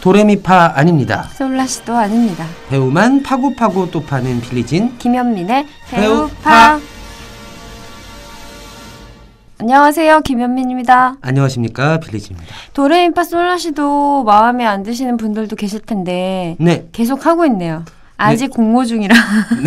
도레미파 아닙니다. 솔라 씨도 아닙니다. 배우만 파고파고 또 파는 빌리진. 김현민의 배우파. 배우파. 안녕하세요, 김현민입니다. 안녕하십니까 빌리진입니다. 도레미파 솔라 씨도 마음에 안 드시는 분들도 계실 텐데 네, 계속 하고 있네요. 아직 공모 중이라. 음.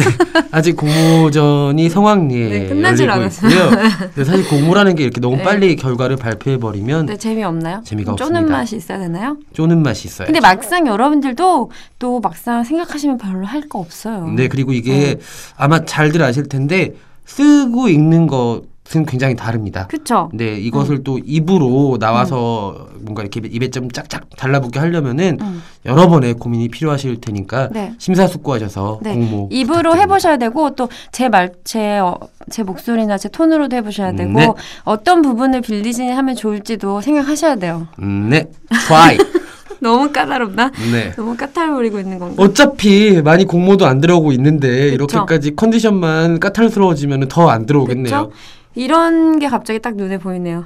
아직 공모전이 성황리에 네, 끝나질 열리고 않았어요. 있고요. 근데 사실 공모라는 게 이렇게 너무 네. 빨리 결과를 발표해 버리면 네, 재미 없나요? 재미가 쪼는 없습니다. 네. 맛이 있어야 되나요? 쪼는 맛이 있어요. 근데 막상 여러분들도 또 막상 생각하시면 별로 할 거 없어요. 네, 그리고 이게 아마 잘들 아실 텐데 쓰고 읽는 것은 굉장히 다릅니다. 그쵸? 네, 이것을 음. 또 입으로 나와서 뭔가 이렇게 입에 좀 짝짝 달라붙게 하려면은 음. 여러 번의 고민이 필요하실 테니까 네. 심사숙고하셔서 네. 공모 뭐 입으로 부탁드립니다. 해보셔야 되고 또 제 말, 제, 어, 제 목소리나 제 톤으로도 해보셔야 되고 네. 어떤 부분을 빌리진이 하면 좋을지도 생각하셔야 돼요. 음, 네, try. 너무 까다롭나? 네. 너무 까탈거리고 있는 건가? 어차피 많이 공모도 안 들어오고 있는데 그쵸. 이렇게까지 컨디션만 까탈스러워지면 더 안 들어오겠네요. 그쵸? 이런 게 갑자기 딱 눈에 보이네요.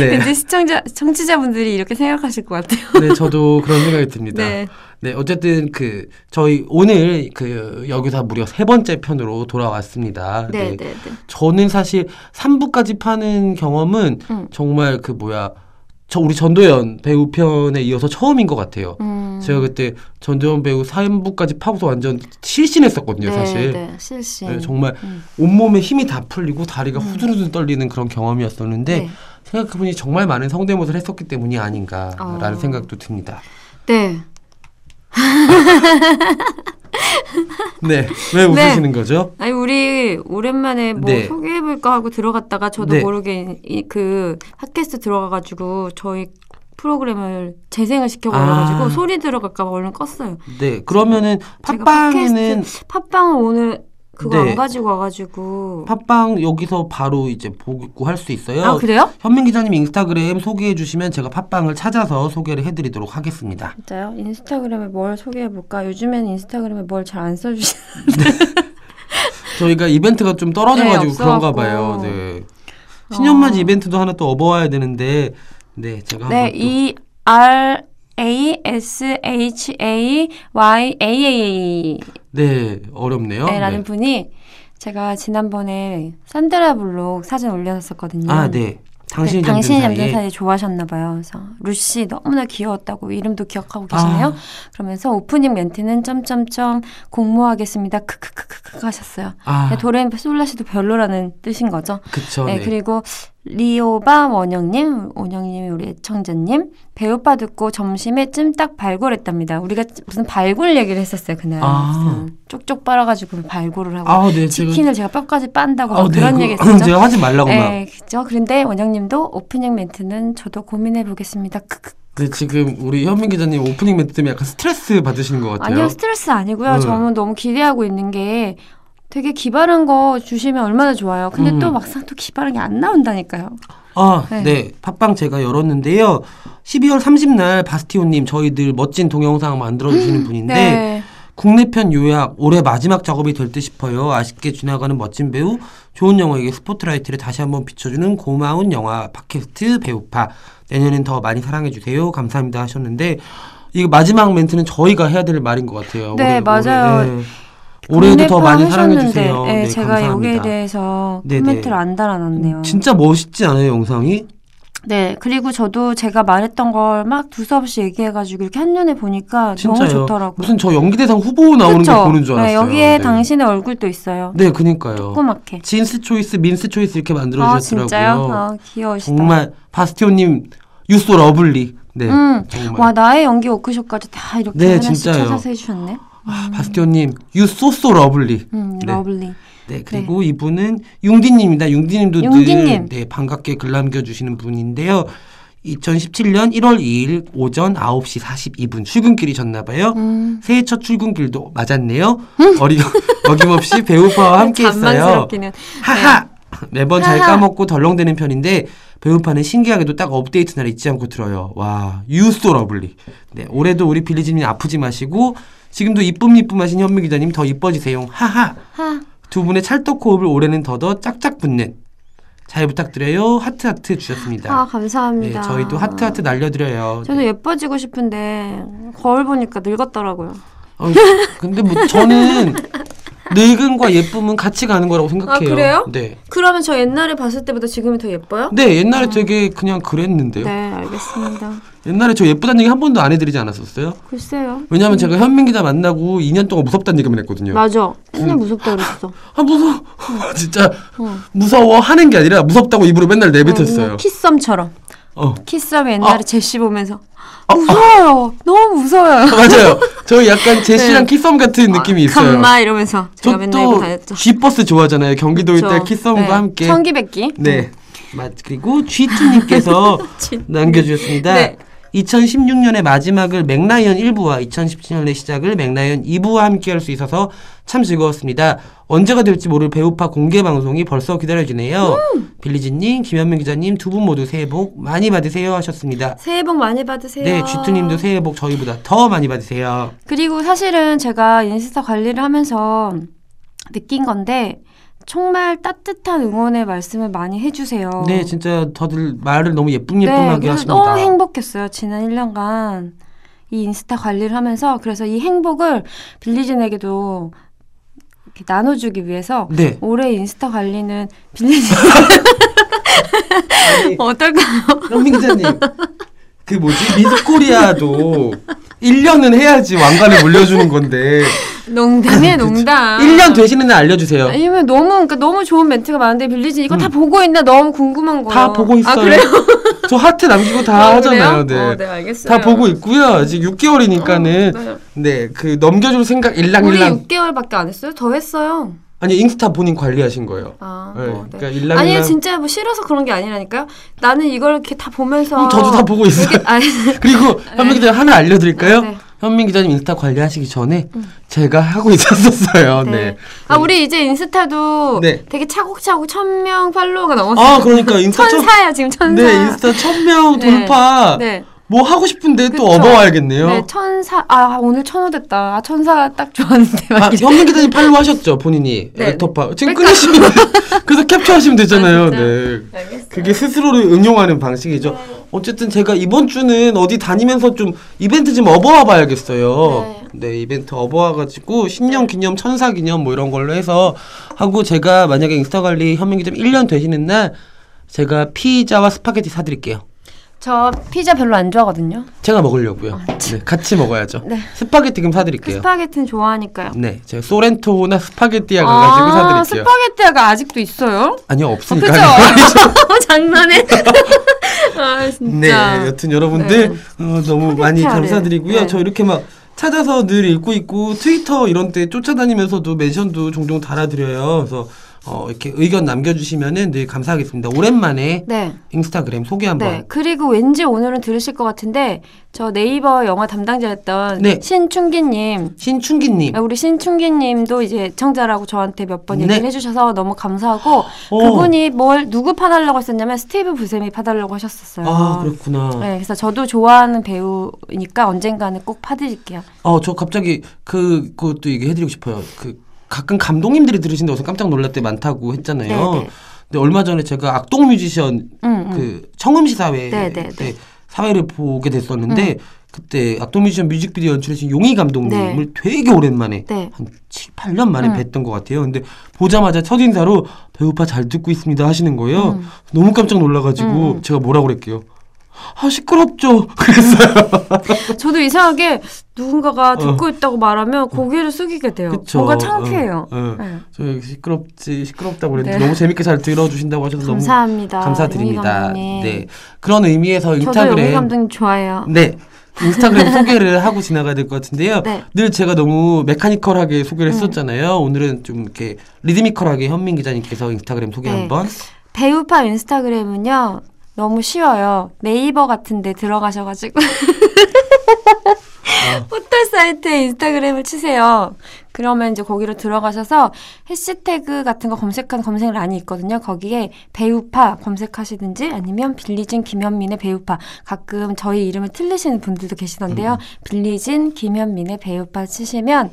네. 왠지 시청자, 청취자분들이 이렇게 생각하실 것 같아요. 네, 저도 그런 생각이 듭니다. 네. 네, 어쨌든 그 저희 오늘 그 여기서 무려 세 번째 편으로 돌아왔습니다. 네, 네, 네. 저는 사실 3부까지 파는 경험은 음. 정말 그 뭐야 저 우리 전도연 배우 편에 이어서 처음인 것 같아요. 음. 제가 그때 전도연 배우 3부까지 파고서 완전 실신했었거든요, 네, 사실. 네, 실신. 네, 정말 음. 온몸에 힘이 다 풀리고 다리가 후두두두 떨리는 그런 경험이었었는데 네. 생각해보니 정말 많은 성대모사를 했었기 때문이 아닌가라는 어. 생각도 듭니다. 네. 네, 왜 웃으시는 거죠? 아니 우리 오랜만에 뭐 네. 소개해볼까 하고 들어갔다가 저도 네. 모르게 이, 그 팟캐스트 들어가가지고 저희 프로그램을 재생을 시켜버려가지고 아. 소리 들어갈까봐 얼른 껐어요. 네, 그러면은 제가 팟빵에는 팟빵은 오늘 그거 네. 안 가지고 와가지고 팟빵 여기서 바로 이제 보고 할 수 있어요. 아 그래요? 현민 기자님 인스타그램 소개해 주시면 제가 팟빵을 찾아서 소개를 해드리도록 하겠습니다. 진짜요? 인스타그램에 뭘 소개해볼까? 요즘엔 인스타그램에 뭘 잘 안 써주시. 저희가 이벤트가 좀 떨어져가지고 네, 그런가 없어갖고. 어. 봐요. 네. 신년맞이 이벤트도 하나 또 업어와야 되는데, 네 제가 네, 한번 또- E R A S H A Y A A 네 어렵네요. 네, 라는 네. 분이 제가 지난번에 산드라 블록 사진 올려놨었거든요. 그 아 네. 당신이 잠든 당신이 사이에. 잠든 사이 좋아하셨나봐요. 그래서 루시 너무나 귀여웠다고 이름도 아. 기억하고 계시네요. 그러면서 오프닝 멘트는 점점점 공모하겠습니다. 크크크크크 하셨어요. 아, 네, 도레미파 솔라시도 별로라는 뜻인 거죠. 그쵸. 네, 네, 그리고 리오바 원영님, 원영님이 우리 애청자님 배우빠 듣고 점심에 찜닭 발굴했답니다. 우리가 무슨 발굴 얘기를 했었어요 그날 아. 무슨 쪽쪽 빨아가지고 발굴을 하고 아, 네, 제가. 치킨을 제가 뼈까지 빤다고 아, 막 네, 그런 그- 얘기 했었죠. 제가 하지 말라고 막. 네, 그죠. 그런데 원영님도 오프닝 멘트는 저도 고민해 보겠습니다. 크크. 근데 지금 우리 현민 기자님 오프닝 멘트 때문에 약간 스트레스 받으시는 것 같아요. 아니요 스트레스 아니고요. 네. 저는 너무 기대하고 있는 게 되게 기발한 거 주시면 얼마나 좋아요. 근데 음. 또 막상 또 기발한 게 안 나온다니까요. 아, 네. 네. 팟빵 제가 열었는데요. 12월 30날 바스티온님 저희들 멋진 동영상 만들어주시는 분인데 네. 국내편 요약 올해 마지막 작업이 될 듯 싶어요. 아쉽게 지나가는 멋진 배우 좋은 영화에게 스포트라이트를 다시 한번 비춰주는 고마운 영화 팟캐스트 배우파 내년엔 더 많이 사랑해주세요. 감사합니다 하셨는데 이 마지막 멘트는 저희가 해야 될 말인 것 같아요. 네, 맞아요. 올해, 도더 국내파 많이 하셨는데, 사랑해주세요. 네, 네, 제가 여기에 감사합니다. 대해서 네, 코멘트를 네. 안 달아놨네요. 진짜 멋있지 않아요 영상이? 네, 그리고 저도 제가 말했던 걸 막 두서없이 얘기해가지고 이렇게 한눈에 보니까 진짜요. 너무 좋더라고요. 무슨 저 연기대상 후보 나오는 그쵸? 거 보는 줄 알았어요. 네, 여기에 네. 당신의 얼굴도 있어요. 네, 그니까요. 꼬맣게. 진스 초이스, 민스 초이스 이렇게 만들어 아, 진짜요? 주셨더라고요. 아, 귀여우시다. 정말 바스티온님 유소 러블리. 네, 음. 정말. 와, 나의 연기 워크숍까지 다 이렇게 네, 하나씩 진짜요. 찾아서 해주셨네. 아, 바스티온님 유소소 러블리. 음, 네. 러블리. 네, 그리고 이분은 융디님입니다. 융디님도 늘 융디님. 네, 반갑게 글 남겨주시는 분인데요. 2017년 1월 2일 오전 9시 42분 출근길이셨나봐요. 음. 새해 첫 출근길도 맞았네요. 어리, 어김없이 배우파와 함께했어요. 잔망스럽기는. 하하! 매번 잘 네. 하하. 까먹고 덜렁대는 편인데 배우파는 신기하게도 딱 업데이트 날 잊지 않고 들어요. 와, 유소 러블리. 네, 올해도 우리 빌리진님 아프지 마시고 지금도 이쁨 이쁨하신 현미 기자님 더 이뻐지세요. 하하. 하. 두 분의 찰떡 호흡을 올해는 더더 짝짝 붙는 잘 부탁드려요. 하트 하트 주셨습니다. 아 감사합니다. 네, 저희도 하트 하트 날려드려요. 저도 예뻐지고 싶은데 거울 보니까 늙었더라고요. 어, 근데 뭐 저는 늙음과 예쁨은 같이 가는 거라고 생각해요. 아, 그래요? 네. 그러면 저 옛날에 봤을 때보다 지금이 더 예뻐요? 네, 옛날에 되게 그냥 그랬는데요. 네, 알겠습니다. 옛날에 저 예쁘다는 얘기 한 번도 안 해드리지 않았었어요? 글쎄요. 왜냐면 제가 현민 기자 만나고 2년 동안 무섭다는 얘기만 했거든요. 맞아. 음. 그냥 무섭다 그랬어. 아 무서워. 진짜 응. 무서워 하는 게 아니라 무섭다고 입으로 맨날 내뱉었어요. 그냥 키썸처럼. 뭐, 어 키썸 옛날에 제시 보면서 아. 무서워요. 너무 무서워요. 맞아요. 저 약간 네. 제시랑 키썸 같은 느낌이 있어요. 마 이러면서 아, 제가 맨날 이거 아, 저또 다녔죠. G버스 좋아하잖아요. 경기도일 때 키썸과 네. 함께. 청기백기. 네. 맞 그리고 G2님께서 G2 님. 남겨주셨습니다. 네. 2016년의 마지막을 맥라이언 1부와 2017년의 시작을 맥라이언 2부와 함께 할 수 있어서 참 즐거웠습니다. 언제가 될지 모를 배우파 공개 방송이 벌써 기다려지네요. 음. 빌리진님, 김현민 기자님 두 분 모두 새해 복 많이 받으세요 하셨습니다. 새해 복 많이 받으세요. 네, G2님도 새해 복 저희보다 더 많이 받으세요. 그리고 사실은 제가 인스타 관리를 하면서 느낀 건데 정말 따뜻한 응원의 말씀을 많이 해주세요. 네, 진짜 저들 말을 너무 예쁜 어. 네, 예쁜하게 그래서 하십니다. 너무 행복했어요. 지난 1년간 이 인스타 관리를 하면서 그래서 이 행복을 빌리진에게도 이렇게 나눠주기 위해서 네. 올해 인스타 관리는 빌리진 어떨까요? 현민 기자님. 그 뭐지? 미스코리아도 1년은 해야지 왕관을 물려주는 건데 농담이에요, 농담. 1년 되시는 날 알려주세요. 아. 아니면 너무 그러니까 너무 좋은 멘트가 많은데 빌리진 이거 다 보고 있나 너무 궁금한 거예요. 음. 다 보고 있어요. 아 그래요? 저 하트 남기고 다 아, 그래요? 하잖아요. 네. 어, 네, 알겠어요. 다 보고 있고요. 아직 6개월이니까는 어, 네. 그 넘겨줄 생각 우리 일랑일랑 6개월밖에 안 했어요? 더 했어요. 아니 인스타 본인 관리하신 거예요. 아, 네, 뭐, 네. 그러니까 일랑일랑 아니 진짜 뭐 싫어서 그런 게 아니라니까요. 나는 이걸 이렇게 다 보면서 음, 저도 다 보고 있어요. 이렇게- 아니, 그리고 현민 기자님 하나 알려드릴까요? 네. 음. 현민 기자님 인스타 관리하시기 전에 제가 하고 있었었어요. 네. 네. 아 우리 이제 인스타도 네. 되게 차곡차곡 1000명 팔로워가 넘었어요. 아 그러니까 인스타 처음- 천사야 지금 천사. 네, 인스타 천명 네. 돌파. 네. 뭐 하고 싶은데 그쵸. 또 업어와야겠네요. 네, 천사. 아 오늘 천호 됐다. 아 천사 딱 좋았는데 막 아, 이래. 현민 기자님 팔로우 하셨죠, 본인이. 네. 랩터파. 지금 백화- 끊으시면 돼. 그래서 캡처하시면 되잖아요. 아, 진짜? 네. 알겠어요. 그게 스스로를 응용하는 방식이죠. 어쨌든 제가 이번 주는 어디 다니면서 좀 이벤트 좀 업어와 봐야겠어요. 네, 이벤트 업어와가지고 네. 신년 기념, 천사 기념 뭐 이런 걸로 해서 하고 제가 만약에 인스타 관리 현민 기자님 1년 되시는 날 제가 피자와 스파게티 사드릴게요. 저 피자 별로 안 좋아하거든요. 그 제가 먹으려고요. 네, 같이 먹어야죠. 네. 스파게티 그럼 그 사드릴게요. 스파게티는 좋아하니까요. 네, 제가 소렌토나 스파게티야 가가지고 아, 사드릴게요. 음, 스파게티가 아직도 있어요? 아니요 아, 없으니까. 그죠? 장난해. 아, 네, 진짜. 네. 여튼 여러분들 어, 너무 많이 스파게티아를. 감사드리고요. 네. 저 이렇게 막 찾아서 늘 읽고 있고 트위터 이런 때 쫓아다니면서도 멘션도 종종 달아드려요. 그래서 어, 이렇게 의견 남겨주시면은 늘 감사하겠습니다. 오랜만에 네. 인스타그램 소개 네. 한번. 그리고 왠지 오늘은 들으실 것 같은데 저 네이버 영화 담당자였던 네. 신충기님. 아, 신춘기님. 우리 신충기님도 이제 청자라고 저한테 몇 번 얘기를 네. 해주셔서 너무 감사하고 어. 그분이 뭘 누구 파달라고 했었냐면 스티브 부셈이 파달라고 하셨었어요. 아 그렇구나. 네, 그래서 저도 좋아하는 배우니까 언젠가는 꼭 파드릴게요. 어, 저 갑자기 그, 그것도 얘기해드리고 싶어요. 그, 가끔 감독님들이 들으신데 어서 깜짝 놀랄 때 많다고 했잖아요. 네, 네. 근데 얼마 전에 제가 악동 뮤지션 응, 응. 그 청음시사회 네, 음. 네, 때 사회를 보게 됐었는데 그때 악동 뮤지션 뮤직비디오 연출해주신 용희 감독님을 되게 오랜만에 네. 음. 한 7, 8년 만에 뵀던 것 같아요. 근데 보자마자 첫인사로 배우파 잘 듣고 있습니다 하시는 거예요. 음. 너무 깜짝 놀라가지고 제가 뭐라고 그랬게요. 아, 시끄럽죠. 그랬어요. 저도 이상하게 누군가가 듣고 있다고 말하면 고개를 숙이게 돼요. 어. 그쵸. 뭔가 창피해요. 어, 어. 네. 저 시끄럽지 시끄럽다고 그랬는데 네. 너무 재밌게 잘 들어주신다고 하셔서 감사합니다. 너무 감사드립니다. 용희 감독님. 네 그런 의미에서 저도 용희 인스타그램 감독님 좋아해요. 네 인스타그램 소개를 하고 지나가야 될 것 같은데요. 네. 음. 늘 제가 너무 메카니컬하게 소개를 했었잖아요. 오늘은 좀 이렇게 리드미컬하게 현민 기자님께서 인스타그램 소개 네. 한번 배우파 인스타그램은요. 너무 쉬워요. 네이버 같은데 들어가셔가지고 포털 사이트에 인스타그램을 치세요. 그러면 이제 거기로 들어가셔서 해시태그 같은 거 검색한 검색란이 있거든요. 거기에 배우파 검색하시든지 아니면 빌리진 김현민의 배우파 가끔 저희 이름을 틀리시는 분들도 계시던데요. 음. 빌리진 김현민의 배우파 치시면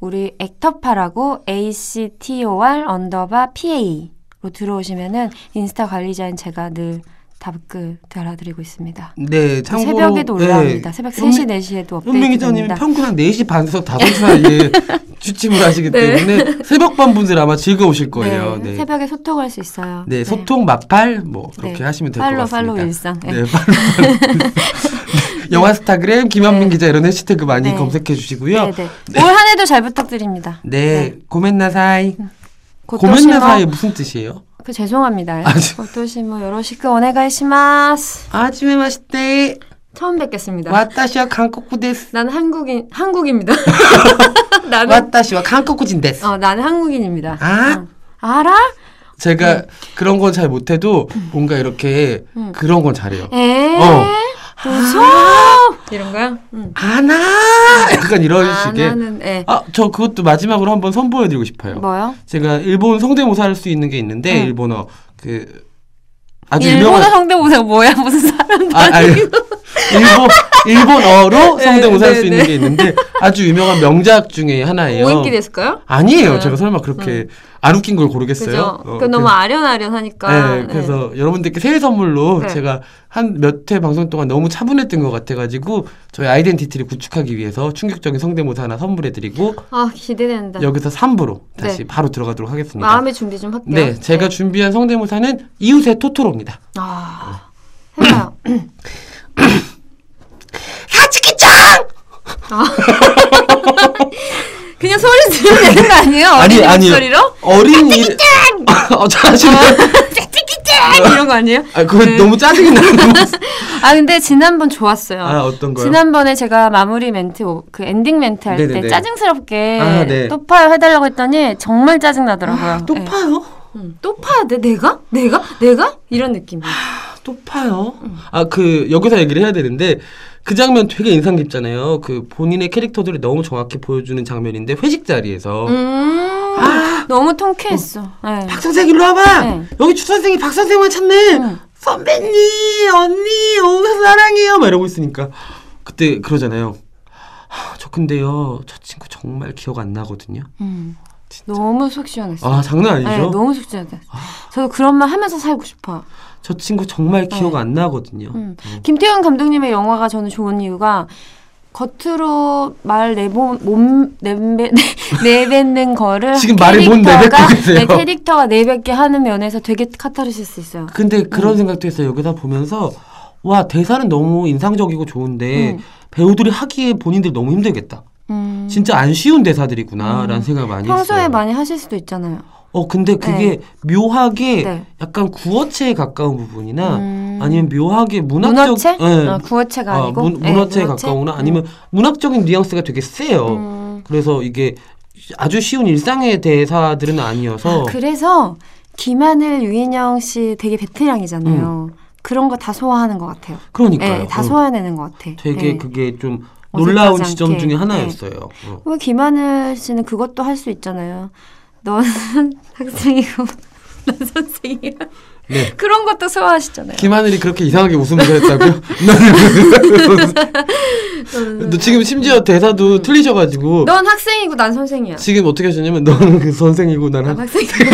우리 액터파라고 A C T O R 언더바 P A 들어오시면은 인스타 관리자인 제가 늘 답글 달아드리고 있습니다. 네, 참고로 새벽에도 네. 올라옵니다. 새벽 3시, 4시에도 은명 업데이트 기자님이 됩니다. 평균 한 4시 반에서 5시 사이에 주침을 하시기 네. 때문에 새벽반 분들 아마 즐거우실 거예요. 네, 네. 새벽에 소통할 수 있어요. 네, 소통 마팔 뭐 그렇게 네. 하시면 될 것 팔로우, 같습니다. 팔로우 일상. 네, 네. 팔로우 팔로우 일상. 네. 영화 스타그램 김한민 네. 기자 이런 해시태그 많이 네. 검색해 주시고요. 네, 네. 올 한 해도 잘 부탁드립니다. 네, 고멘나사이. 고멘나사이 음, 고토시모, 무슨 뜻이에요? 그 죄송합니다. 아, 저- 고토시모 요로시크 오네가이시마스. 아침에 마실 때 처음 뵙겠습니다. 왔다시와 한국구 데스. 난 한국인 한국입니다. 나는 왔다시와 한국구진 데스. 네. 어 나는 한국인입니다. 아? 어. 알아? 제가 그런 건 잘 못해도 뭔가 이렇게 음. 그런 건 잘해요. 에 어. 아. 무서워 이런 거야? 응. 아, 아나 약간 이런 식의 나는 에 아 네. 저 그것도 마지막으로 한번 선보여드리고 싶어요. 뭐요? 제가 일본 성대모사 할 수 있는 게 있는데 응. 일본어 그 아주 음. 일본어 유명한 성대모사 뭐야 무슨 사람 아, 아니, 일본 일본어로 네, 성대모사 할 수 네, 있는 네. 게 있는데 아주 유명한 명작중의 하나예요. 뭐 오인기 됐을까요? 아니에요. 응. 제가 설마 그렇게 안 웃긴 걸 고르겠어요? 그죠? 어, 그 너무 그- 아련아련하니까. 네, 그래서 여러분들께 새해 선물로 네. 제가 한 몇 회 방송 동안 너무 차분했던 것 같아가지고 저희 아이덴티티를 구축하기 위해서 충격적인 성대모사 하나 선물해드리고 아 기대된다. 여기서 3부로 다시 네. 바로 들어가도록 하겠습니다. 마음의 준비 좀 할게요. 네, 제가 준비한 성대모사는 이웃의 토토로입니다. 아 해봐요. 사치기짱! 그냥 소리 들으면 되는 거 아니에요? 어린이 목소리로? 어린이 어, 잘하시네. 찌찌기짱 이런 거 아니에요? 아, 그건 네. 너무 짜증이 나는 아 근데 지난번 좋았어요. 아, 어떤 거요? 지난번에 제가 마무리 멘트 오- 그 엔딩 멘트 할 네네네. 때 짜증스럽게 아, 네. 아, 또파요 해달라고 했더니 정말 짜증 나더라고요. 네. 또파요? 음, 또 파야 돼? 내가? 내가? 내가? 이런 느낌. 아. 또파요? 아, 그, 여기서 얘기를 해야 되는데, 그 장면 되게 인상 깊잖아요. 그 본인의 캐릭터들을 너무 정확히 보여주는 장면인데, 회식 자리에서. 음 아. 너무 통쾌했어. 음. 네. 박선생 일로 와봐! 네. 여기 주선생이 박선생만 찾네! 음. 선배님, 언니, 너무 사랑해요! 막 이러고 있으니까. 그때 그러잖아요. 하, 저 근데요, 저 친구 정말 기억 안 나거든요. 음. 진짜. 너무 속 시원했어. 아, 장난 아니죠? 네, 너무 속 시원했어. 저도 그런 말 하면서 살고 싶어. 저 친구 정말 기억 네. 안 나거든요. 음. 김태형 감독님의 영화가 저는 좋은 이유가 겉으로 말 내몸 몸 내뱉 내뱉는 거를 지금 말을 못 캐릭터가- 내뱉고 계세요. 네, 캐릭터가 내뱉게 하는 면에서 되게 카타르시스 있어요. 근데 그런 음. 생각도 했어요. 여기다 보면서 와 대사는 너무 인상적이고 좋은데 음. 배우들이 하기에 본인들 너무 힘들겠다. 음, 진짜 안 쉬운 대사들이구나라는 생각을 많이 평소에 했어요. 많이 하실 수도 있잖아요. 어 근데 그게 묘하게 네. 약간 구어체에 가까운 부분이나 음. 아니면 묘하게 문학적 문어체? 예. 아, 구어체가 아, 아니고 문, 네, 문어체에 문어체? 가까우나 아니면 문학적인 뉘앙스가 되게 세요. 음. 그래서 이게 아주 쉬운 일상의 대사들은 아니어서 아, 그래서 김하늘 유인영 씨 되게 베테랑이잖아요. 그런 거 다 소화하는 것 같아요. 음. 그러니까요. 네, 다 어. 소화해내는 것 같아. 되게 네. 그게 좀 어색하지 놀라운 지점 않게. 중에 하나였어요. 어. 왜 김하늘 씨는 그것도 할 수 있잖아요. 너는 학생이고 난 선생이야. 네. 그런 것도 소화하시잖아요. 김하늘이 그렇게 이상하게 웃으면서 했다고요? 너 지금 심지어 대사도 틀리셔가지고 넌 학생이고 난 선생이야. 지금 어떻게 하셨냐면 너는 그 선생이고 나는 난 학- 학생이야.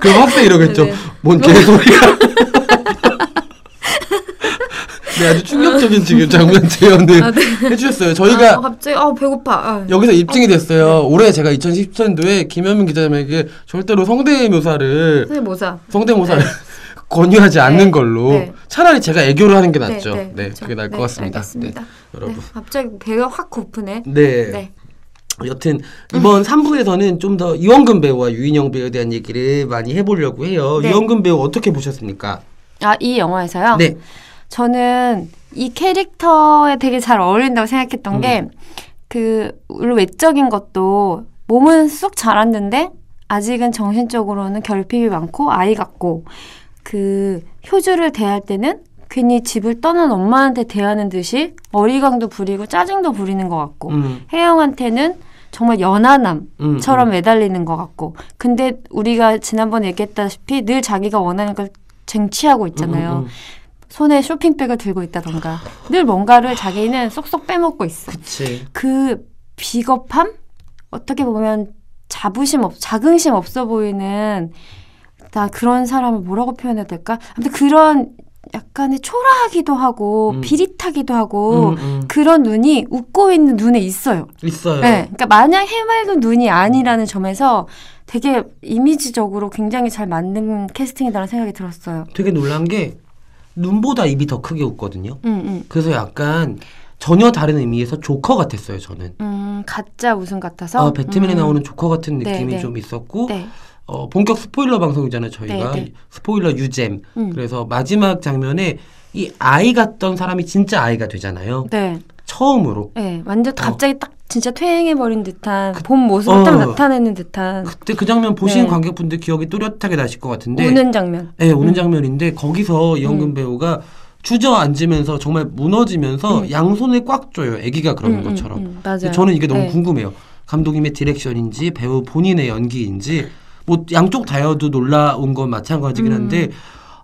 그럼 학생 이러겠죠. 네. 뭔 개소리야. 네 아주 충격적인 지금 장면 재현을 아, 해주셨어요. 아, 저희가 갑자기 아 배고파. 아. 여기서 입증이 됐어요. 올해 제가 2014년도에 김현민 기자님에게 절대로 성대묘사를 선생님 모사. 성대모사를 권유하지 않는 걸로 네. 사실 제가 애교를 하는 게 낫죠. 네, 그게 나을 네, 것 같습니다. 알겠습니다. 네, 여러분. 네, 갑자기 배가 확 고프네. 네. 네. 음. 여튼 이번 3부에서는 좀 더 이원근 배우와 유인영 배우에 대한 얘기를 많이 해보려고 해요. 네. 이원근 배우 어떻게 보셨습니까? 아 이 영화에서요. 네. 저는 이 캐릭터에 되게 잘 어울린다고 생각했던 음. 게, 그, 물론 외적인 것도 몸은 쑥 자랐는데, 아직은 정신적으로는 결핍이 많고, 아이 같고, 그, 효주를 대할 때는 괜히 집을 떠난 엄마한테 대하는 듯이 어리광도 부리고 짜증도 부리는 것 같고, 음, 혜영한테는 정말 연하남, 음, 처럼 음. 매달리는 것 같고 근데 우리가 지난번에 얘기했다시피 늘 자기가 원하는 걸 쟁취하고 있잖아요 음, 음, 음. 손에 쇼핑백을 들고 있다던가 늘 뭔가를 자기는 쏙쏙 빼먹고 있어. 그치. 그 비겁함? 어떻게 보면 자부심 없, 자긍심 없어 보이는 나 그런 사람을 뭐라고 표현해야 될까? 아무튼 그런 약간의 초라하기도 하고 음. 비릿하기도 하고 음, 음. 그런 눈이 웃고 있는 눈에 있어요. 있어요. 네. 그러니까 마냥 해맑은 눈이 아니라는 점에서 되게 이미지적으로 굉장히 잘 맞는 캐스팅이다라는 생각이 들었어요. 되게 놀란 게 눈보다 입이 더 크게 웃거든요. 음, 음. 그래서 약간 전혀 다른 의미에서 조커 같았어요. 저는. 음, 가짜 웃음 같아서. 아, 배트맨에 음. 나오는 조커 같은 네, 느낌이 네. 좀 있었고 네. 어, 본격 스포일러 방송이잖아요. 저희가 네, 네. 스포일러 유잼. 음. 그래서 마지막 장면에 이 아이 같던 사람이 진짜 아이가 되잖아요. 네. 처음으로 네. 완전 갑자기 딱 진짜 퇴행해버린 듯한 본 모습을 어. 딱 나타내는 듯한 그때 그 장면 보신 네. 관객분들 기억이 또렷하게 나실 것 같은데 우는 장면. 예, 오는 장면인데 거기서 음. 이영근 배우가 주저앉으면서 정말 무너지면서 음. 양손을 꽉 줘요. 아기가 그러는 음, 음, 것처럼. 음, 맞아요. 근데 저는 이게 너무 네. 궁금해요. 감독님의 디렉션인지 배우 본인의 연기인지 뭐 양쪽 다여도 놀라운 건 마찬가지긴 음. 한데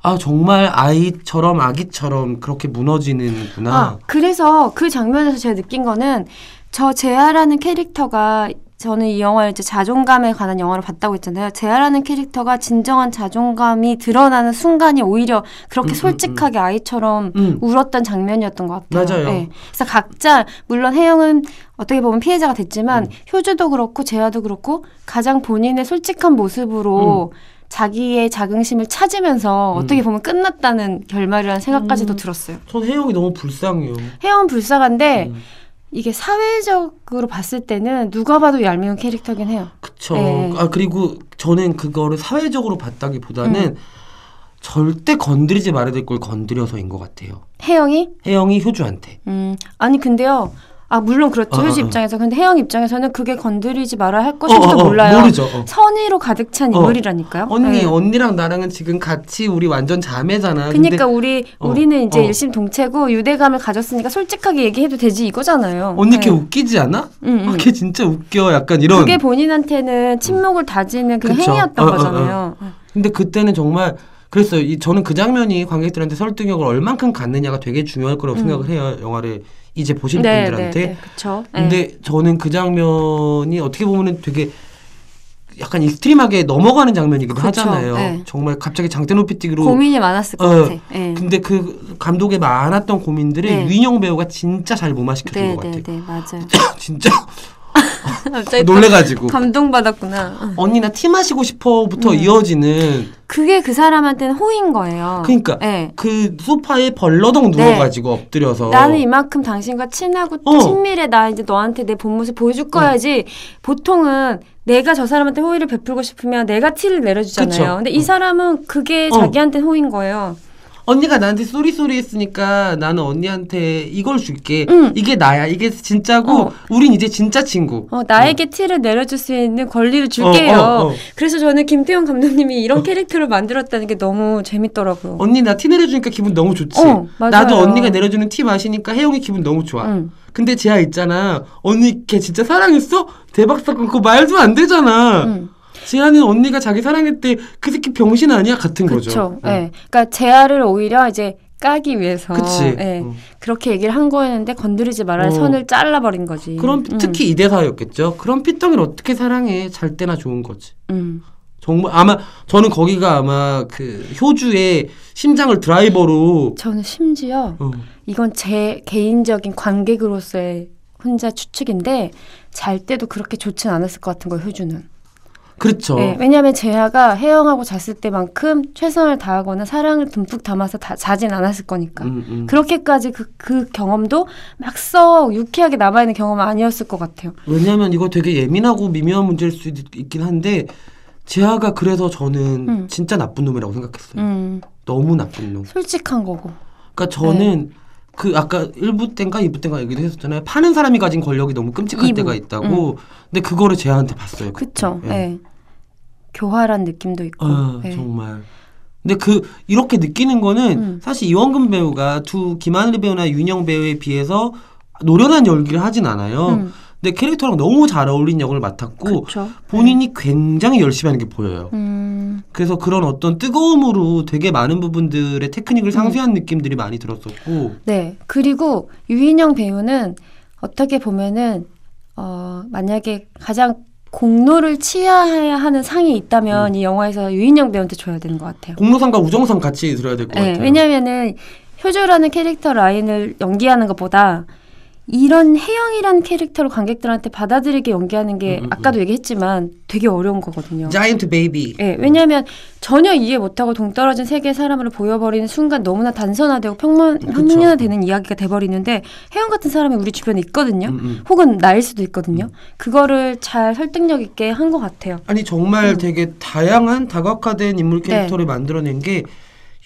아 정말 아이처럼 아기처럼 그렇게 무너지는구나. 아, 그래서 그 장면에서 제가 느낀 거는 저 제아라는 캐릭터가 저는 이 영화를 이제 자존감에 관한 영화를 봤다고 했잖아요. 제아라는 캐릭터가 진정한 자존감이 드러나는 순간이 오히려 음, 그렇게 음, 솔직하게 아이처럼 음. 울었던 장면이었던 것 같아요. 네. 맞아요. 그래서 각자 물론 혜영은 어떻게 보면 피해자가 음. 됐지만 효주도 그렇고 재아도 그렇고 가장 본인의 솔직한 음. 모습으로 자기의 자긍심을 찾으면서 어떻게 보면 끝났다는 결말이라는 음. 생각까지도 들었어요. 전 혜영이 너무 불쌍해요. 혜영은 불쌍한데 음. 이게 사회적으로 봤을 때는 누가 봐도 얄미운 캐릭터긴 해요. 그쵸. 네. 아 그리고 저는 그거를 사회적으로 봤다기보다는 음. 절대 건드리지 말아야 될 걸 건드려서인 것 같아요. 혜영이? 혜영이 효주한테. 음, 아니 근데요. 아 물론 그렇죠. 어, 효지 어, 어. 입장에서 근데 혜영 입장에서는 그게 건드리지 말아야 할 것인지도 어, 어, 어, 몰라요. 모르죠. 어. 선의로 가득 찬 어. 인물이라니까요. 언니 어, 네. 언니랑 나랑은 지금 같이 우리 완전 자매잖아. 그러니까 우리 어, 우리는 이제 어. 일심동체고 유대감을 가졌으니까 솔직하게 얘기해도 되지 이거잖아요. 언니 네. 걔 웃기지 않아? 음, 음. 아, 걔 진짜 웃겨. 약간 이런. 그게 본인한테는 침묵을 다지는 그런 그쵸. 행위였던 어, 어, 어. 거잖아요. 근데 그때는 정말 그랬어요. 이, 저는 그 장면이 관객들한테 설득력을 얼만큼 갖느냐가 되게 중요할 거라고 음. 생각을 해요. 영화를 이제 보신 네, 네, 분들한테. 네, 그렇죠. 근데 저는 그 장면이 어떻게 보면은 되게 약간 익스트림하게 넘어가는 장면이기도 그쵸. 하잖아요. 네. 정말 갑자기 장대 높이 뛰기로. 고민이 많았을 것 어, 같아. 네. 근데 그 감독의 많았던 고민들을 네. 유인영 배우가 진짜 잘 무마시켜준 것 같아요. 네, 맞아요. 진짜 갑자기 놀래가지고 감동받았구나. 언니 나 티 마시고 싶어부터 음. 이어지는 그게 그 사람한테는 호인 거예요. 그러니까 네. 그 소파에 벌러덩 네. 누워가지고 엎드려서 나는 이만큼 당신과 친하고 또 어. 친밀해 나 이제 너한테 내 본 모습 보여줄 거야지 보통은 내가 저 사람한테 호의를 베풀고 싶으면 내가 티를 내려주잖아요. 그쵸. 근데 이 어. 사람은 그게 어. 자기한테 호인 거예요. 언니가 나한테 쏘리 쏘리 했으니까 나는 언니한테 이걸 줄게 응. 이게 나야 이게 진짜고 어. 우린 이제 진짜 친구 어, 나에게 티를 내려줄 수 있는 권리를 줄게요. 어, 어, 어. 그래서 저는 김태형 감독님이 이런 캐릭터를 만들었다는 게 너무 재밌더라고요. 언니 나 티 내려주니까 기분 너무 좋지 어, 맞아요. 나도 언니가 내려주는 티 마시니까 혜영이 기분 너무 좋아 응. 근데 재아 있잖아 언니 걔 진짜 사랑했어? 대박 사건 그거 말도 안 되잖아 응. 지아는 언니가 자기 사랑했대 그 새끼 병신 아니야 같은 그렇죠. 거죠. 어. 예. 그러니까 재아를 오히려 이제 까기 위해서 그치. 예. 어. 그렇게 얘기를 한 거였는데 건드리지 말아야 할 어. 선을 잘라버린 거지. 그럼 음, 특히 이 대사였겠죠. 그럼 피덩이를 어떻게 사랑해? 잘 때나 좋은 거지. 음. 정말 아마 저는 거기가 아마 그 효주의 심장을 드라이버로 저는 심지어 어. 이건 제 개인적인 관객으로서의 혼자 추측인데 잘 때도 그렇게 좋진 않았을 것 같은 거예요 효주는. 그렇죠. 예, 왜냐하면 재하가 혜영하고 잤을 때만큼 최선을 다하거나 사랑을 듬뿍 담아서 다, 자진 않았을 거니까. 음, 음. 그러니까. 그렇게까지 그, 그 경험도 막 썩 유쾌하게 남아있는 경험은 아니었을 것 같아요. 왜냐하면 이거 되게 예민하고 미묘한 문제일 수 있, 있긴 한데 지아가 그래서 저는 음. 진짜 나쁜 놈이라고 생각했어요. 음, 너무 나쁜 놈. 솔직한 거고. 그러니까 저는 네. 그 아까 1부 땐가 2부 땐가 얘기도 했었잖아요. 파는 사람이 가진 권력이 너무 끔찍할 이부. 때가 있다고. 근데 그거를 제한테 봤어요. 그때. 음. 그쵸. 예. 예. 교활한 느낌도 있고. 아, 예. 정말. 근데 그 이렇게 느끼는 거는 음. 사실 이원근 배우가 두 김하늘 배우나 윤영 배우에 비해서 노련한 연기를 하진 않아요. 음, 근데 캐릭터랑 너무 잘 어울린 역을 맡았고 그쵸. 본인이 굉장히 열심히 하는 게 보여요. 음, 그래서 그런 어떤 뜨거움으로 되게 많은 부분들의 테크닉을 음. 상쇄한 느낌들이 많이 들었었고 네. 그리고 유인영 배우는 어떻게 보면은, 어, 만약에 가장 공로를 치여야 하는 상이 음. 있다면 이 영화에서 유인영 배우한테 줘야 되는 것 같아요. 공로상과 우정상 같이 들어야 될 것 네, 같아요. 왜냐면은 효조라는 캐릭터 라인을 연기하는 것보다 이런 혜영이란 캐릭터를 관객들한테 받아들이게 연기하는 게 음, 음, 아까도 얘기했지만 되게 어려운 거거든요. 자이언트 베이비. 예, 왜냐하면 전혀 이해 못하고 동떨어진 세계의 사람으로 보여버리는 순간 너무나 단선화되고 평면, 음, 그쵸. 평면화되는 이야기가 돼버리는데 혜영 같은 사람이 우리 주변에 있거든요. 음, 음. 혹은 나일 수도 있거든요. 그거를 잘 설득력 있게 한 것 같아요. 아니 정말 음. 네. 되게 다양한 다각화된 인물 캐릭터를 만들어낸 게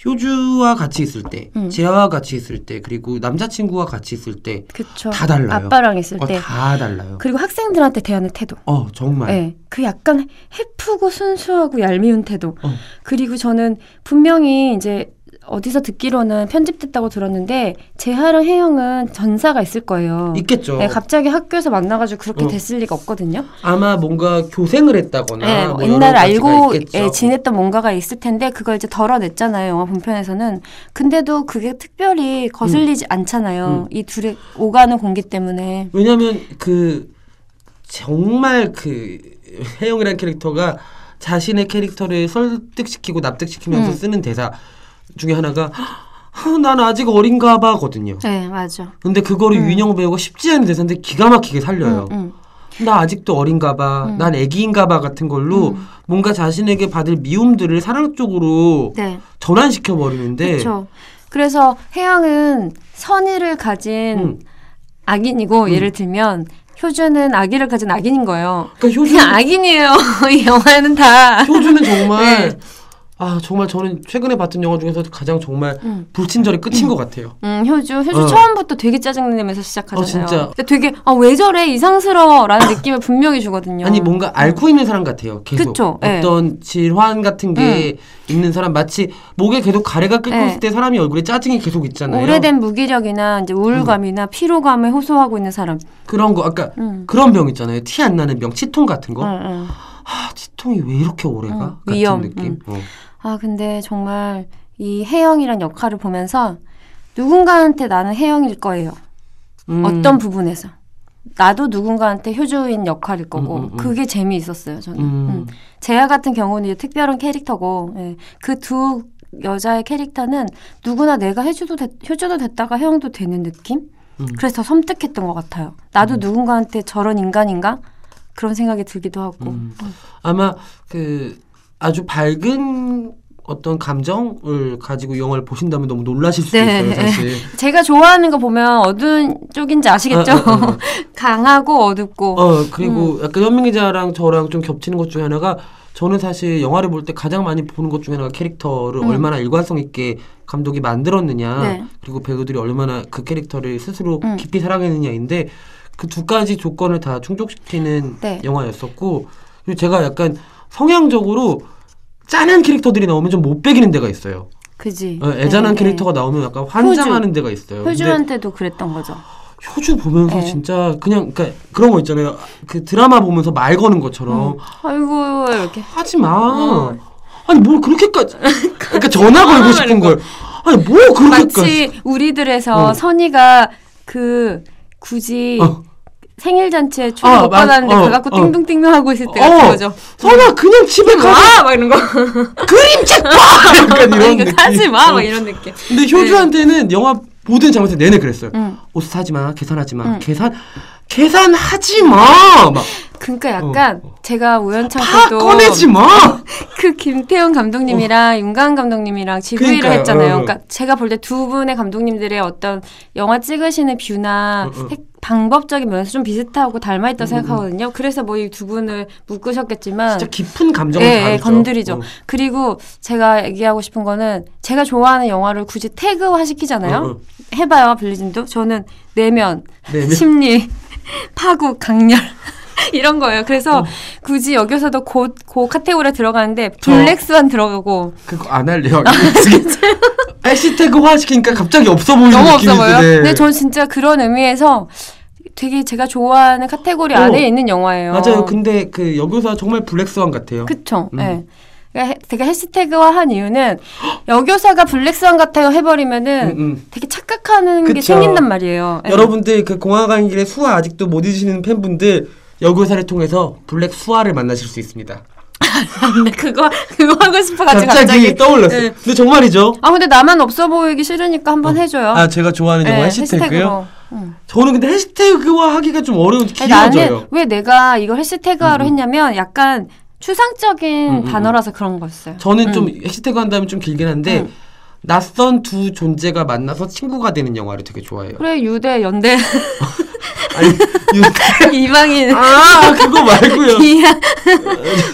효주와 같이 있을 때, 음. 재하와 같이 있을 때, 그리고 남자친구와 같이 있을 때 다 그쵸. 달라요. 아빠랑 있을 어, 때. 다 달라요. 그리고 학생들한테 대하는 태도. 어 정말. 네, 그 약간 해프고 순수하고 얄미운 태도. 어. 그리고 저는 분명히 이제 어디서 듣기로는 편집됐다고 들었는데 재하랑 혜영은 전사가 있을 거예요. 있겠죠. 네, 갑자기 학교에서 만나가지고 그렇게 어. 됐을 리가 없거든요. 아마 뭔가 교생을 했다거나 네, 뭐 여러 옛날 가지가 알고 있겠죠. 예, 지냈던 뭔가가 있을 텐데 그걸 이제 덜어냈잖아요. 영화 본편에서는. 근데도 그게 특별히 거슬리지 음. 않잖아요. 이 둘의 오가는 공기 때문에. 왜냐면 그 정말 그 혜영이라는 캐릭터가 자신의 캐릭터를 설득시키고 납득시키면서 음. 쓰는 대사 중에 하나가 "아, 난 아직 어린가 봐거든요. 네, 맞아. 근데 그거를 음. 윤영 배우가 쉽지 않은 대사인데 기가 막히게 살려요. 음, 나 아직도 어린가 봐. 음. 난 애기인가 봐 같은 걸로 음. 뭔가 자신에게 받을 미움들을 사랑 쪽으로 네. 전환시켜 버리는데 그렇죠. 그래서 혜영은 선의를 가진 음. 악인이고 음. 예를 들면 효주는 악의를 가진 악인인 거예요. 그러니까 효주 그냥 악인이에요. 이 영화에는 다. 효주는 정말 네. 아 정말 저는 최근에 봤던 영화 중에서 가장 정말 음. 불친절이 끝인 것 같아요. 음, 효주. 효주 어. 처음부터 되게 짜증내면서 시작하잖아요. 어, 진짜. 근데 되게 아, 왜 저래? 이상스러워. 라는 느낌을 분명히 주거든요. 아니 뭔가 앓고 있는 사람 같아요. 계속 그쵸, 예. 음. 어떤 질환 같은 게 있는 사람 마치 목에 계속 가래가 끓고 예. 있을 때 사람이 얼굴에 짜증이 계속 있잖아요. 음. 오래된 무기력이나 이제 우울감이나 피로감을 호소하고 있는 사람. 그런 거 아까 음. 그런 병 있잖아요. 티 안 나는 병, 치통 같은 거. 응, 응. 아 치통이 왜 이렇게 오래가? 음, 같은 위염, 느낌. 어. 아, 근데 정말 이 혜영이란 역할을 보면서 누군가한테 나는 혜영일 거예요. 음, 어떤 부분에서. 나도 누군가한테 효주인 역할일 거고 음, 음, 음. 그게 재미있었어요 저는 음. 음. 제아 같은 경우는 이제 특별한 캐릭터고 그 두 여자의 캐릭터는 누구나 내가 해줘도 됐, 효줘도 됐다가 해영도 되는 느낌 음. 그래서 더 섬뜩했던 것 같아요 나도 누군가한테 저런 인간인가 그런 생각이 들기도 하고 음. 아마 그 아주 밝은 어떤 감정을 가지고 영화를 보신다면 너무 놀라실 수도 네. 있어요, 사실. 제가 좋아하는 거 보면 어두운 쪽인지 아시겠죠 어, 어, 어. 강하고 어둡고 어 그리고 약간 현민 기자랑 저랑 좀 겹치는 것 중에 하나가 저는 사실 영화를 볼 때 가장 많이 보는 것 중에 하나가 캐릭터를 음. 얼마나 일관성 있게 감독이 만들었느냐 네. 그리고 배우들이 얼마나 그 캐릭터를 스스로 음. 깊이 사랑했느냐인데 그 두 가지 조건을 다 충족시키는 네. 영화였었고 그리고 제가 약간 성향적으로 짠한 캐릭터들이 나오면 좀 못 배기는 데가 있어요. 그지 어, 애잔한 네, 캐릭터가 나오면 약간 환장하는 데가 있어요. 네. 근데 효주한테도 그랬던 거죠 효주 보면서 네. 진짜 그냥 그러니까 그런 거 있잖아요. 그 드라마 보면서 말 거는 것처럼 음. 아이고 이렇게 하지 마. 어. 아니 뭘 그렇게까지? 그러니까 전화 걸고 싶은 걸. 아니 뭘 그렇게까지? 마치 우리들에서 그러니까. 어. 선이가 그 굳이 어. 생일 잔치에 초를 어, 못 맞- 받았는데 어, 그거 갖고 어. 띵동띵동 하고 있을 때 어. 같은 거죠. 선아 그냥 집에 가. 와! 막 이런 거. 그림책 봐. 약간 이런 느낌. 그러니까 하지 마! 막 어. 이런 네. 느낌. 근데 효주한테는 영화 모든 장면에서 내내 그랬어요. 응. 옷 사지 마. 계산하지 마. 응. 계산 계산하지 마. 막 그러니까 약간 파 제가 우연찮게도 어. 꺼내지 마. 어. 그 김태훈 감독님이랑 윤가은 감독님이랑 지구일을 그러니까요. 했잖아요. 어. 그러니까 제가 볼 때 두 분의 감독님들의 어떤 영화 찍으시는 뷰나 어, 어. 색- 방법적인 면에서 좀 비슷하고 닮아있다 고 생각하거든요. 그래서 뭐 이 두 분을 묶으셨겠지만 진짜 깊은 감정을 예, 예, 다루죠. 건드리죠. 어. 그리고 제가 얘기하고 싶은 거는 제가 좋아하는 영화를 굳이 태그화 시키잖아요. 어, 네, 어. 해봐요, 빌리진도. 저는 내면, 내면. 심리, 파국, 강렬. 이런 거예요. 어. 그래서 굳이 여기서도 곧, 그 카테고리에 들어가는데 블랙스완 들어가고 그거 안 할래요. 아, 해시태그화 시키니까 갑자기 없어 보이는 너무 느낌이 없어 보여요. 드네. 근데 전 진짜 그런 의미에서 되게 제가 좋아하는 카테고리 어. 안에 있는 영화예요. 맞아요. 근데 그 여교사 정말 블랙스완 같아요. 그쵸. 음. 예. 그러니까 해- 제가 해시태그화한 이유는 여교사가 블랙스완 같아요 해버리면은 음, 음. 되게 착각하는 게 그쵸. 생긴단 말이에요. 예. 여러분들 그 공항 가는 길에 수화 아직도 못 잊으시는 팬분들 여교사를 통해서 블랙 수아를 만나실 수 있습니다. 근데 그거 그거 하고 싶어가지고 갑자기, 아, 갑자기. 떠올랐어요. 네. 근데 정말이죠. 아 근데 나만 없어 보이기 싫으니까 한번 네, 해줘요. 예, 아 제가 좋아하는 영화 해시태그요. 응. 저는 근데 해시태그화 하기가 좀 어려운 아니, 길어져요. 나는 왜 내가 이걸 해시태그화로 했냐면 약간 추상적인 음, 음, 단어라서 그런 거였어요. 저는 좀 해시태그 한다면 좀 길긴 한데 음. 낯선 두 존재가 만나서 친구가 되는 영화를 되게 좋아해요. 그래 유대 연대 아니 유- 이방인 아 그거 말고요. 이하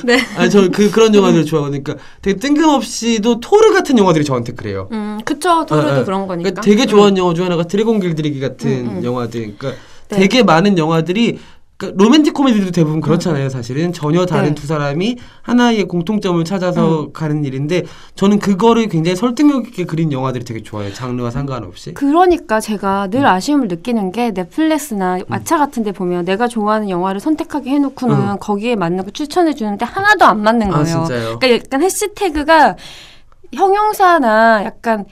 네. 아니 저그 그런 영화들을 좋아하니까 그러 되게 뜬금없이도 토르 같은 영화들이 저한테 그래요. 음 그쵸 토르도 아, 아. 그런 거니까. 그러니까 되게 좋아하는 영화 중 하나가 드래곤 길들이기 같은 음, 음. 영화들. 그러니까 네. 음. 되게 많은 영화들이 그러니까 로맨틱 코미디도 대부분 그렇잖아요. 사실은 전혀 다른 네. 음. 두 사람이 하나의 공통점을 찾아서 가는 일인데 저는 그거를 굉장히 설득력 있게 그린 영화들이 되게 좋아해요. 장르와 상관없이. 그러니까 제가 음. 늘 아쉬움을 느끼는 게 넷플릭스나 마차 같은 데 보면 내가 좋아하는 영화를 선택하게 해놓고는 음. 거기에 맞는 거 추천해 주는데 하나도 안 맞는 아 거예요. 진짜요. 그러니까 약간 해시태그가 형용사나 약간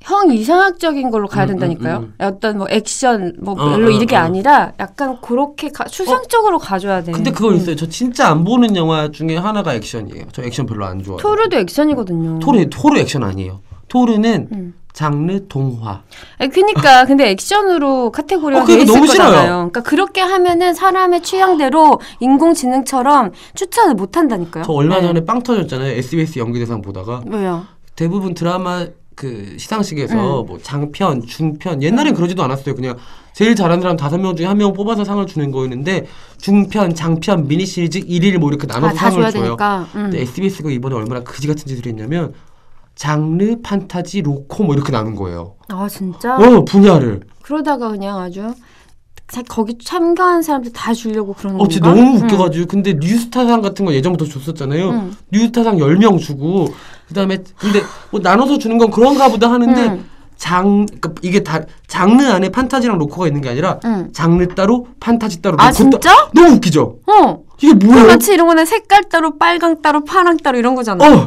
형 이상학적인 걸로 가야 음, 된다니까요. 음, 음. 어떤 뭐 액션 뭐 어, 별로 어, 이게 어. 아니라 약간 그렇게 가, 추상적으로 가줘야 돼. 근데 그거 음. 있어요. 저 진짜 안 보는 영화 중에 하나가 액션이에요. 저 액션 별로 안 좋아해요. 토르도 액션이거든요. 토르 토르 액션 아니에요. 토르는 음. 장르 동화. 아니, 그니까 근데 액션으로 카테고리가 어, 돼 그러니까 있을 너무 거잖아요. 싫어요. 그러니까 그렇게 하면은 사람의 취향대로 인공지능처럼 추천을 못 한다니까요. 저 얼마 네. 전에 빵 터졌잖아요. SBS 연기대상 보다가 왜요? 대부분 드라마 그 시상식에서 음. 뭐 장편, 중편 옛날엔 그러지도 않았어요. 그냥 제일 잘하는 사람 다섯 명 중에 한 명 뽑아서 상을 주는 거였는데 중편, 장편, 미니 시리즈 1일 뭐 이렇게 나눠서 아다 상을 줘야 줘요. 네. 되니까. 음. 근데 SBS가 이번에 얼마나 그지 같은 짓을 했냐면 장르, 판타지, 로코 뭐 이렇게 나눈 거예요. 아 진짜? 어 분야를. 그러다가 그냥 아주 자- 거기 참가한 사람들 다 주려고 그러는 어찌 건가? 너무 웃겨가지고 근데 뉴스타상 같은 거 예전부터 줬었잖아요. 음. 뉴스타상 10명 주고 그다음에 근데 뭐 나눠서 주는 건 그런가 보다 하는데 음. 장 그러니까 이게 다 장르 안에 판타지랑 로코가 있는 게 아니라 음. 장르 따로 판타지 따로 아 로코 따 진짜? 너무 웃기죠. 어. 이게 뭐예요? 마치 이런 거는 색깔 따로 빨강 따로 파랑 따로 이런 거잖아. 어.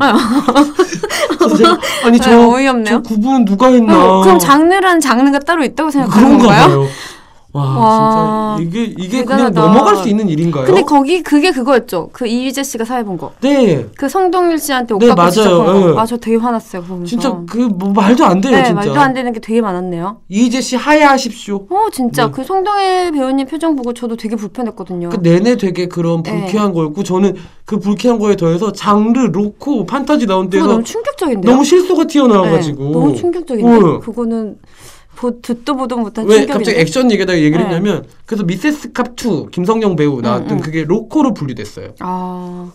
그래서 제가 아니 네, 저, 어이없네요. 어, 저 음, 구분 누가 했나? 뭐 그럼, 그럼 장르란 장르가 따로 있다고 생각하는 그런가 건가요? 봐요. 와, 와, 진짜 이게 이게 그냥 대단하다. 넘어갈 수 있는 일인가요? 근데 거기 그게 그거였죠. 그 이휘재 씨가 사회 본 거. 네. 그 성동일 씨한테 옷 네, 갖고 맞아요. 지적한 예. 거. 아저 되게 화났어요. 그러면서. 진짜 그 뭐 말도 안 돼요, 네, 진짜. 말도 안 되는 게 되게 많았네요. 이재 씨 하야하십시오. 어 진짜 네. 그 성동일 배우님 표정 보고 저도 되게 불편했거든요. 그 내내 되게 그런 네. 불쾌한 거였고 저는 그 불쾌한 거에 더해서 장르, 로코, 판타지 나온 그거 데서 너무 너무, 충격적인데요. 실소가 네, 튀어나와가지고 너무 충격적인데 응. 그거는 보, 듣도 보도 못한 왜 충격인데. 갑자기 액션 얘기하다가 얘기를 네. 음, 했냐면 그래서 미세스 캅2 김성령 배우 나왔던 응, 응. 그게 로코로 분류됐어요. 아,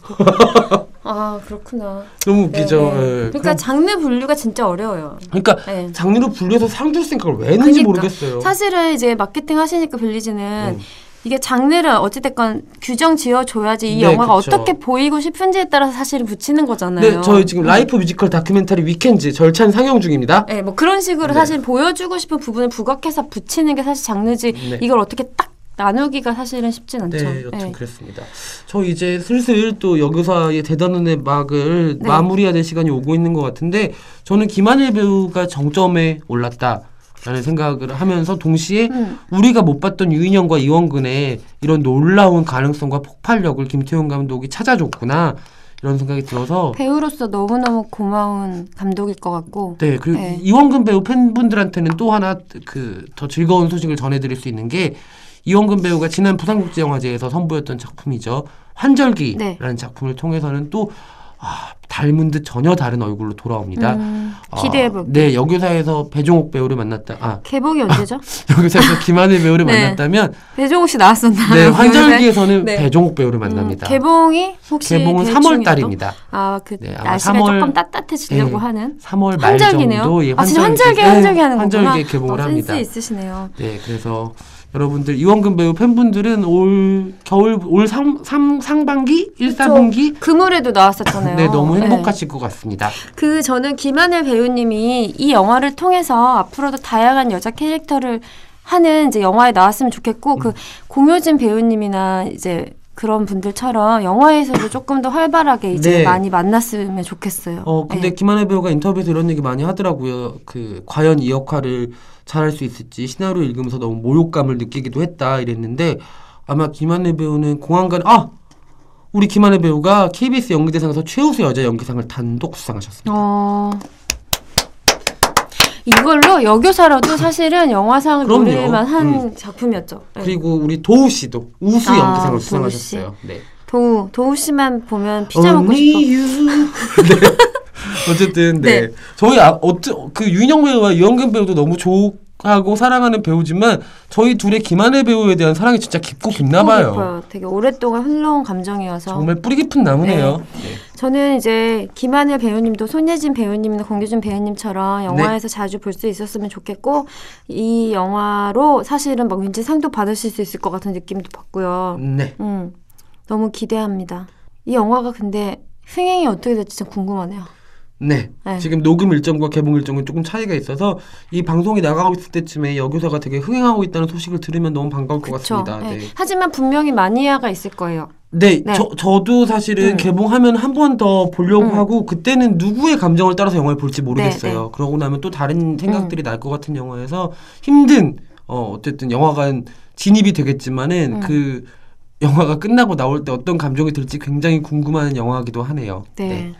아 그렇구나. 너무 웃기죠. 네, 네. 예. 그러니까 장르 분류가 진짜 어려워요. 그럼- 그러니까 네. 장르로 분류해서 상 줄 생각을 왜 했는지 그러니까. 모르겠어요. 사실은 이제 마케팅 하시니까 빌리지는 음. 이게 장르를 어찌됐건 규정 지어줘야지 이 네, 영화가 그쵸. 어떻게 보이고 싶은지에 따라서 사실은 붙이는 거잖아요. 음. 네, 저희 지금 라이프 뮤지컬 다큐멘터리 위켄즈 절찬 상영 중입니다. 네, 뭐 그런 식으로 네. 사실 보여주고 싶은 부분을 부각해서 붙이는 게 사실 장르지 네. 이걸 어떻게 딱 나누기가 사실은 쉽진 않죠. 예. 네, 여튼 그랬습니다. 저 이제 슬슬 또 여교사의 대단원의 막을 네. 마무리해야 될 시간이 오고 있는 것 같은데 저는 김한일 배우가 정점에 올랐다라는 생각을 하면서 동시에 음. 우리가 못 봤던 유인영과 이원근의 이런 놀라운 가능성과 폭발력을 김태훈 감독이 찾아줬구나 이런 생각이 들어서 배우로서 너무너무 고마운 감독일 것 같고 네, 그리고 네. 이원근 배우 팬분들한테는 또 하나 그 더 즐거운 소식을 전해드릴 수 있는 게 이원근 배우가 지난 부산국제영화제에서 선보였던 작품이죠. 환절기라는 네. 작품을 통해서는 또 아, 닮은 듯 전혀 다른 얼굴로 돌아옵니다. 음, 아, 기대해볼게요. 네, 여교사에서 배종옥 배우를 만났다. 아, 개봉이 언제죠? 여교사에서 김하늘 배우를 네. 만났다면 배종욱 씨 나왔었나요? 네, 환절기에서는 네. 배종옥 배우를 음, 만납니다. 개봉이 혹시 개봉은 대충 3월 이것도? 달입니다. 아, 그 네, 아마 날씨가 3월 조금 따뜻해지려고 네. 하는 3월 말 환절기네요. 정도 예, 아, 진짜 환절기 네, 환절기 하는 거구나. 환절기에 개봉을 어, 합니다. 센스 있으시네요. 네, 그래서 여러분들 이원근 배우 팬분들은 올 겨울 올 삼, 삼, 상반기 1, 4분기 그물에도 나왔었잖아요. 네, 너무 네. 행복하실 것 같습니다. 그 저는 김하늘 배우님이 이 영화를 통해서 앞으로도 다양한 여자 캐릭터를 하는 이제 영화에 나왔으면 좋겠고 그 공효진 배우님이나 이제 그런 분들처럼 영화에서도 조금 더 활발하게 이제 네. 많이 만났으면 좋겠어요. 어, 근데 네. 김한혜 배우가 인터뷰에서 이런 얘기 많이 하더라고요. 그 과연 이 역할을 잘할 수 있을지 시나리오 읽으면서 너무 모욕감을 느끼기도 했다 이랬는데 아마 김한혜 배우는 공항간 아 우리 김한혜 배우가 KBS 연기대상에서 최우수 여자 연기상을 단독 수상하셨습니다. 어. 이걸로 여교사로도 사실은 영화상 그럼요. 음. 노릴만 한 작품이었죠. 네. 그리고 우리 도우 씨도 우수 아, 연기상을 도우 수상하셨어요. 네. 도우 도우 씨만 보면 피자 먹고 싶어. Only you. 네. 어쨌든 네. 네. 저희 아, 어째, 그 윤영 배우와 유영근 배우도 너무 좋아하고 사랑하는 배우지만 저희 둘의 김한혜 배우에 대한 사랑이 진짜 깊고 깊나 봐요. 깊어요. 되게 오랫동안 흘러온 감정이어서 정말 뿌리 깊은 나무네요. 네. 저는 이제 김한일 배우님도 손예진 배우님이나 공규준 네. 배우님처럼 영화에서 자주 볼 수 있었으면 좋겠고 이 영화로 사실은 막 왠지 상도 받으실 수 있을 것 같은 느낌도 받고요. 네. 음, 너무 기대합니다. 이 영화가 근데 흥행이 어떻게 될지 참 궁금하네요. 네. 네. 지금 녹음 일정과 개봉 일정은 조금 차이가 있어서 이 방송이 나가고 있을 때쯤에 여교사가 되게 흥행하고 있다는 소식을 들으면 너무 반가울 것 그쵸? 같습니다. 네. 네. 하지만 분명히 마니아가 있을 거예요. 네, 네. 저, 저도 사실은 음. 개봉하면 한 번 더 보려고 음. 하고 그때는 누구의 감정을 따라서 영화를 볼지 모르겠어요. 네, 음. 네. 그러고 나면 또 다른 생각들이 날 것 같은 영화에서 힘든 어 어쨌든 영화관 진입이 되겠지만은 음. 그 영화가 끝나고 나올 때 어떤 감정이 들지 굉장히 궁금한 영화이기도 하네요. 네.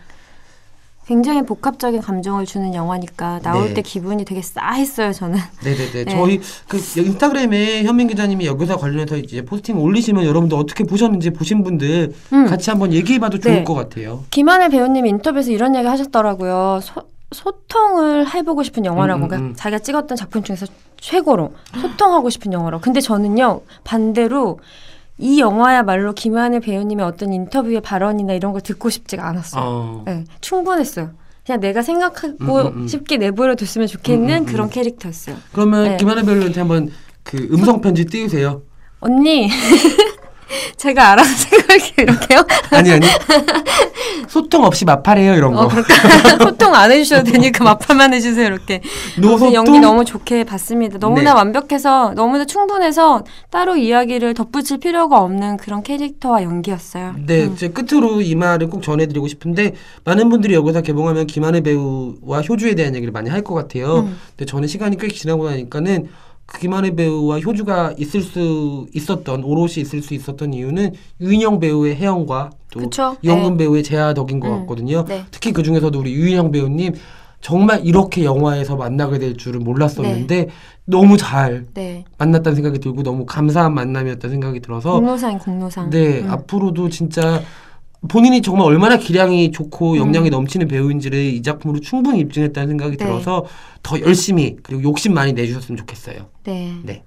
굉장히 복합적인 감정을 주는 영화니까 나올 네. 때 기분이 되게 싸했어요 저는. 네네네. 네. 저희 그 인스타그램에 현민 기자님이 여교사 관련해서 이제 포스팅 올리시면 여러분들 어떻게 보셨는지 보신 분들 음. 같이 한번 얘기해봐도 좋을 네. 것 같아요. 김한혜 배우님 인터뷰에서 이런 얘기 하셨더라고요. 소, 소통을 해보고 싶은 영화라고. 음, 음, 그러니까 음. 자기가 찍었던 작품 중에서 최고로 소통하고 싶은 영화로. 근데 저는요, 반대로 이 영화야말로 김한혜 배우님의 어떤 인터뷰의 발언이나 이런 걸 듣고 싶지가 않았어요. 어. 네, 충분했어요. 그냥 내가 생각하고 음, 음, 음. 쉽게 내버려뒀으면 좋겠는 음, 음, 음. 그런 캐릭터였어요. 그러면 네. 김하나 배우한테 한번 그 음성 편지 띄우세요. 언니, 제가 알아서 생각할게요. 이렇게요? 아니 아니 소통 없이 마팔해요 이런 거. 어, 그러니까 소통 안 해주셔도 되니까 마파만 해주세요. 이렇게. 아무튼 노소통. 연기 너무 좋게 봤습니다. 너무나 네. 완벽해서 너무나 충분해서 따로 이야기를 덧붙일 필요가 없는 그런 캐릭터와 연기였어요. 네, 음. 제 끝으로 이 말을 꼭 전해드리고 싶은데 많은 분들이 여기서 개봉하면 김한혜 배우와 효주에 대한 얘기를 많이 할 것 같아요. 음. 근데 저는 시간이 꽤 지나고 나니까는 그 김한혜 배우와 효주가 있을 수 있었던 오롯이 있을 수 있었던 이유는 유인영 배우의 해영과 또 그쵸? 이영근 배우의 재하 덕인 것 음. 같거든요. 네. 특히 그 중에서도 우리 유인영 배우님 정말 이렇게 영화에서 만나게 될 줄은 몰랐었는데 너무 잘 네. 만났다는 생각이 들고 너무 감사한 만남이었다는 생각이 들어서 공로상 공로상. 네 음. 앞으로도 진짜 본인이 정말 얼마나 기량이 음. 좋고 역량이 넘치는 배우인지를 이 작품으로 충분히 입증했다는 생각이 네. 들어서 더 열심히 그리고 욕심 많이 내주셨으면 좋겠어요. 네. 네.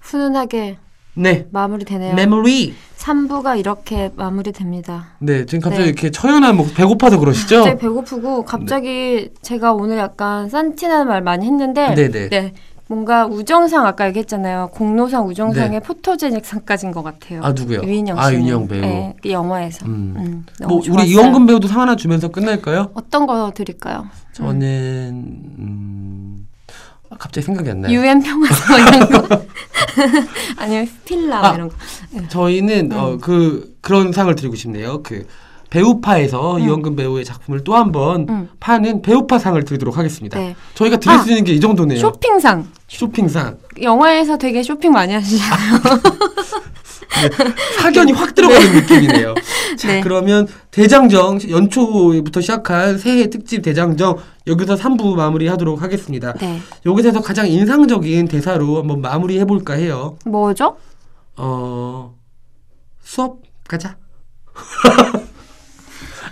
훈훈하게 네. 마무리되네요. 메모리. 3부가 이렇게 마무리됩니다. 네, 지금 갑자기 네. 이렇게 처연한 목 배고파서 그러시죠? 갑자기 배고프고 갑자기 제가 오늘 약간 싼티나는 말 많이 했는데 네, 네. 뭔가 우정상 아까 얘기했잖아요. 공로상 우정상의 포토제닉상까지인 것 같아요. 네. 아 누구요? 유인영 아 씨는. 윤영 배우. 네, 그 영화에서. 음. 음, 너무 뭐 좋았어요. 우리 이원근 배우도 상 하나 주면서 끝날까요? 어떤 거 드릴까요? 저는 음... 아, 갑자기 생각이 안 나요. UN 평화서 이런 거 아니면 필라 아. 이런 거. 저희는 네. 어, 그 그런 상을 드리고 싶네요. 그 배우파에서 이원근 배우의 작품을 또 한 번 음. 파는 배우파상을 드리도록 하겠습니다. 네. 저희가 드릴 아, 수 있는 게 이 정도네요. 쇼핑상. 쇼핑상 영화에서 되게 쇼핑 많이 하시잖아요. 사견이 확 들어가는 느낌이네요. 자 네. 그러면 대장정 연초부터 시작한 새해 특집 대장정 여기서 3부 마무리하도록 하겠습니다. 네. 여기서 가장 인상적인 대사로 한번 마무리해 볼까 해요. 뭐죠? 어 수업 가자.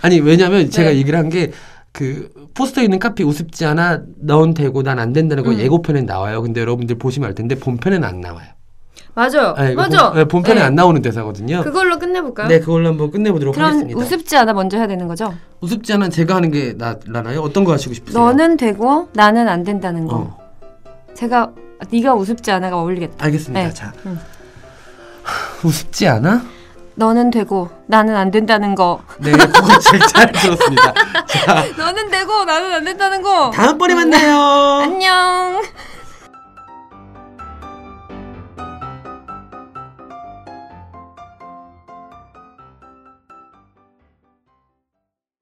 아니 왜냐면 제가 네. 얘기를 한 게 그 포스터에 있는 카피 우습지 않아 넌 되고 난 안 된다는 거 음. 예고편엔 나와요. 근데 여러분들 보시면 알 텐데 본편엔 안 나와요. 어, 맞아요. 아, 이거 맞아. 본, 네, 본편에 네. 안 나오는 대사거든요. 그걸로 끝내볼까요? 네 그걸로 한번 끝내보도록 그럼 하겠습니다. 우습지 않아 먼저 해야 되는 거죠? 우습... 지 않아 제가 하는 게 나, 나나요? 어떤 거 하시고 싶으세요? 너는 되고 나는 안 된다는 거. 어, 제가 네가 우습지 않아가 어울리겠다. 알겠습니다. 네. 자 음. 우습지 않아? 너는 되고 나는 안 된다는 거. 네 그거 제일 잘 들었습니다. 너는 되고 나는 안 된다는 거. 다음번에 만나요.